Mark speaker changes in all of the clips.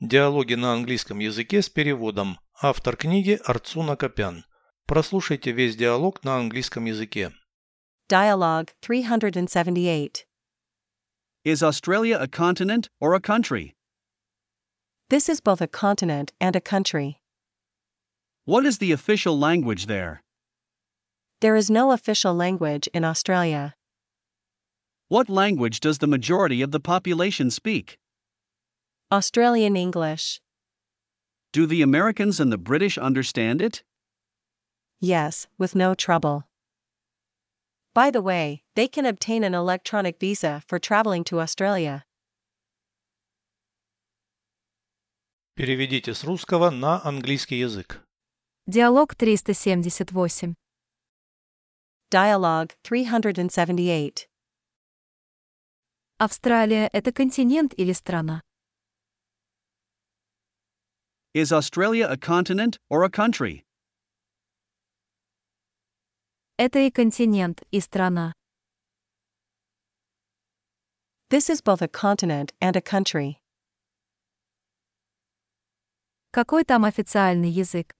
Speaker 1: Диалоги на английском языке с переводом. Автор книги Арцуна Копян. Прослушайте весь диалог на английском языке.
Speaker 2: Dialogue 378.
Speaker 3: Is Australia a continent or a country?
Speaker 2: This is both a continent and a country.
Speaker 3: What is the official language there?
Speaker 2: There is no official language in Australia.
Speaker 3: What language does the majority of the population speak?
Speaker 2: Australian English.
Speaker 3: Do the Americans and the British understand it?
Speaker 2: Yes, with no trouble. By the way, they can obtain an electronic visa for traveling to Australia.
Speaker 1: Переведите с русского на английский язык.
Speaker 4: Диалог 378.
Speaker 2: Dialogue 378.
Speaker 4: Австралия – это континент или страна?
Speaker 3: Is Australia a continent or a country?
Speaker 4: Это и континент, и страна.
Speaker 2: This is both a continent and a country.
Speaker 4: Какой там официальный язык?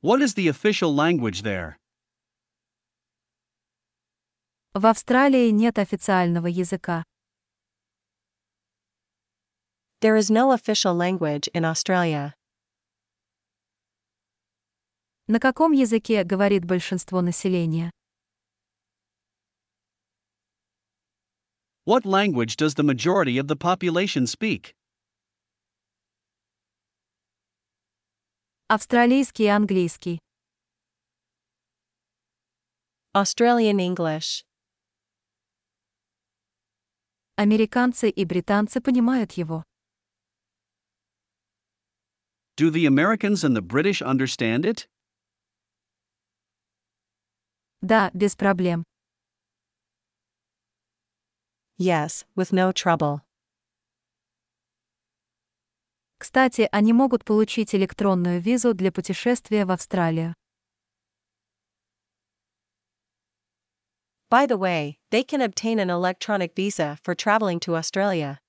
Speaker 3: What is the official language there?
Speaker 4: В Австралии нет официального языка.
Speaker 2: There is no official language in Australia.
Speaker 4: На каком языке говорит большинство населения?
Speaker 3: What language does the majority of the population speak?
Speaker 4: Австралийский и английский.
Speaker 2: Australian English.
Speaker 4: Американцы и британцы понимают его.
Speaker 3: Do the Americans and the British understand it?
Speaker 4: Да, без проблем.
Speaker 2: Yes, with no trouble.
Speaker 4: Кстати, они могут получить электронную визу для путешествия в Австралию.
Speaker 2: By the way, they can obtain an electronic visa for traveling to Australia.